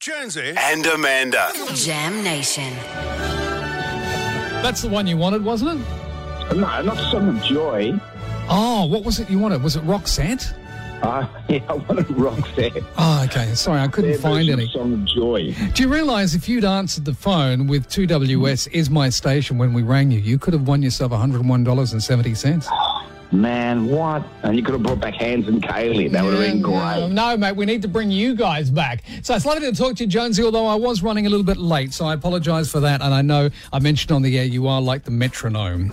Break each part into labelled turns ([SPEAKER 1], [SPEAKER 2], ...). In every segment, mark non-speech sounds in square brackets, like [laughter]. [SPEAKER 1] Jonesy.
[SPEAKER 2] and Amanda.
[SPEAKER 3] Jam Nation.
[SPEAKER 4] That's the one you wanted, wasn't it?
[SPEAKER 5] No, not Song of Joy.
[SPEAKER 4] Oh, what was it you wanted? Was it Roxette?
[SPEAKER 5] Uh, [laughs] yeah, I wanted Roxette.
[SPEAKER 4] Oh, okay. Sorry, I couldn't
[SPEAKER 5] Their
[SPEAKER 4] find
[SPEAKER 5] version of
[SPEAKER 4] any.
[SPEAKER 5] Song of Joy.
[SPEAKER 4] Do you realise if you'd answered the phone with 2WS is my station when we rang you, you could have won yourself $101.70?
[SPEAKER 5] Man, what? And you could have brought back Hans and Kaylee. That would have been
[SPEAKER 4] No,
[SPEAKER 5] great.
[SPEAKER 4] no, mate, we need to bring you guys back. So it's lovely to talk to you, Jonesy, although I was running a little bit late, so I apologise for that. And I know I mentioned on the air you are like the metronome.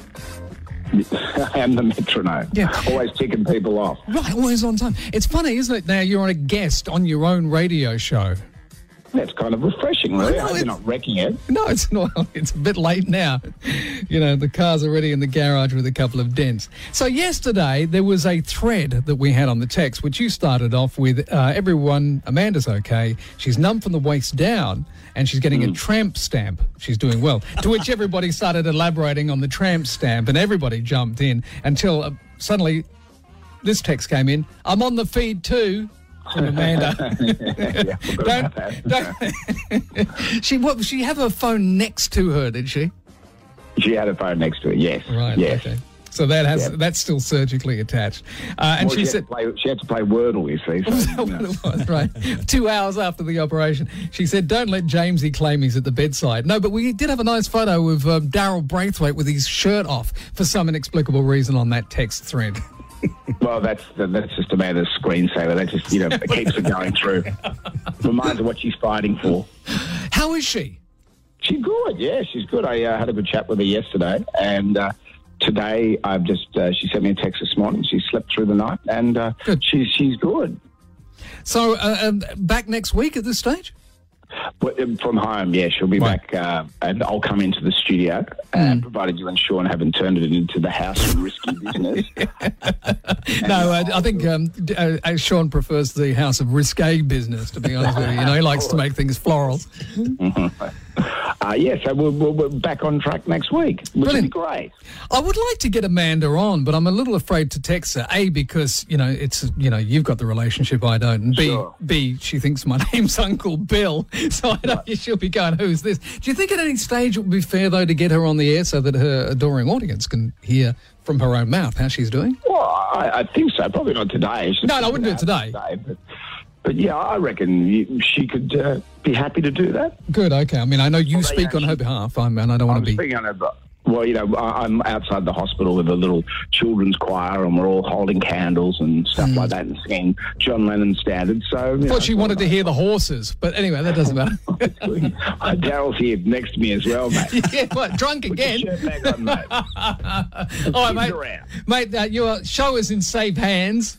[SPEAKER 5] [laughs] I am the metronome.
[SPEAKER 4] Yeah.
[SPEAKER 5] Always ticking people off.
[SPEAKER 4] Right, always on time. It's funny, isn't it? Now you're on a guest on your own radio show.
[SPEAKER 5] That's kind of refreshing, really.
[SPEAKER 4] I know,
[SPEAKER 5] I hope
[SPEAKER 4] it's-
[SPEAKER 5] you're not wrecking it.
[SPEAKER 4] [laughs] No, it's not. It's a bit late now. You know, the car's already in the garage with a couple of dents. So, yesterday there was a thread that we had on the text, which you started off with uh, everyone, Amanda's okay. She's numb from the waist down and she's getting a tramp stamp. She's doing well. to which everybody started elaborating on the tramp stamp and everybody jumped in until uh, suddenly this text came in I'm on the feed too. From Amanda.
[SPEAKER 5] yeah, I forgot
[SPEAKER 4] Don't-
[SPEAKER 5] about that.
[SPEAKER 4] don't- she what? She have her phone next to her, did she?
[SPEAKER 5] She had a phone next to her, yes.
[SPEAKER 4] Right.
[SPEAKER 5] yes.
[SPEAKER 4] Okay. So that has
[SPEAKER 5] Yeah.
[SPEAKER 4] that's still surgically attached, uh, and
[SPEAKER 5] Well,
[SPEAKER 4] she
[SPEAKER 5] had
[SPEAKER 4] said. [laughs]
[SPEAKER 5] to play, she had to play Wordle, you see. So,
[SPEAKER 4] That's
[SPEAKER 5] you
[SPEAKER 4] what
[SPEAKER 5] know.
[SPEAKER 4] it was,
[SPEAKER 5] [laughs]
[SPEAKER 4] right? Two hours after the operation, she said, "Don't let Jamesy claim he's at the bedside." No, but we did have a nice photo of um, Daryl Braithwaite with his shirt off for some inexplicable reason on that text thread. [laughs]
[SPEAKER 5] Well, that's that's just a matter of screensaver. That just,
[SPEAKER 4] [laughs]
[SPEAKER 5] you know, it keeps it going through. Reminds her what she's fighting for.
[SPEAKER 4] How is she?
[SPEAKER 5] She's good. Yeah, she's good. I uh, had a good chat with her yesterday, and uh, today I've just uh, she sent me a text this morning. She slept through the night, and uh,
[SPEAKER 4] Good.
[SPEAKER 5] she's she's good.
[SPEAKER 4] So uh, um, back next week at this stage?
[SPEAKER 5] But um, from home, yeah, she'll be
[SPEAKER 4] Right. Mm.
[SPEAKER 5] back, uh, and I'll come into the studio, uh, provided you and Sean haven't turned it into the house risky
[SPEAKER 4] [laughs]
[SPEAKER 5] business.
[SPEAKER 4] No, I, I think um, d- uh, uh, Sean prefers the house of risque business. To be honest with you, you know, he likes
[SPEAKER 5] [laughs]
[SPEAKER 4] to make things floral.
[SPEAKER 5] Uh, yeah, so we're, we're, we're back on track next week, which
[SPEAKER 4] Brilliant.
[SPEAKER 5] is great.
[SPEAKER 4] I would like to get Amanda on, but I'm a little afraid to text her. A because you know it's you know you've got the relationship I don't, and B
[SPEAKER 5] Sure.
[SPEAKER 4] B she thinks my [laughs] name's Uncle Bill, so I know she'll be going, "Who's this?" Do you think at any stage it would be fair though to get her on the air so that her adoring audience can hear from her own mouth how she's doing?
[SPEAKER 5] Well, I, I think so. Probably not today. She's
[SPEAKER 4] No, no, I wouldn't do it today.
[SPEAKER 5] but, but yeah, I reckon you, she could uh, be happy to do that.
[SPEAKER 4] Good, okay. I mean, I know you
[SPEAKER 5] Although,
[SPEAKER 4] speak
[SPEAKER 5] yeah,
[SPEAKER 4] on her
[SPEAKER 5] she-
[SPEAKER 4] behalf, I'm, and I don't want
[SPEAKER 5] I'm
[SPEAKER 4] to be.
[SPEAKER 5] speaking on it, but well, you know, I- I'm outside the hospital with a little children's choir, and we're all holding candles and stuff
[SPEAKER 4] Mm.
[SPEAKER 5] like that, and singing John Lennon standards. So, you know,
[SPEAKER 4] Thought she wanted to hear the horses, but anyway, that doesn't matter.
[SPEAKER 5] [laughs]
[SPEAKER 4] [laughs]
[SPEAKER 5] Daryl's here next to me as well, mate.
[SPEAKER 4] yeah, what, drunk again?
[SPEAKER 5] Shirt back on, mate.
[SPEAKER 4] All right,
[SPEAKER 5] Kids
[SPEAKER 4] mate.
[SPEAKER 5] around.
[SPEAKER 4] Mate, uh, your show is in safe hands.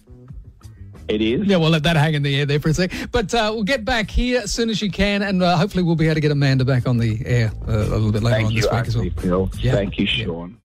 [SPEAKER 5] It
[SPEAKER 4] [laughs]
[SPEAKER 5] is.
[SPEAKER 4] Yeah, we'll let that hang in the air there for a sec. But uh, we'll get back here as soon as you can, and uh, hopefully we'll be able to get Amanda back on the air uh, a little bit later
[SPEAKER 5] Thank
[SPEAKER 4] on
[SPEAKER 5] you,
[SPEAKER 4] this week as well.
[SPEAKER 5] Archie Phil.
[SPEAKER 4] Yeah.
[SPEAKER 5] Thank you,
[SPEAKER 4] Yeah.
[SPEAKER 5] Sean.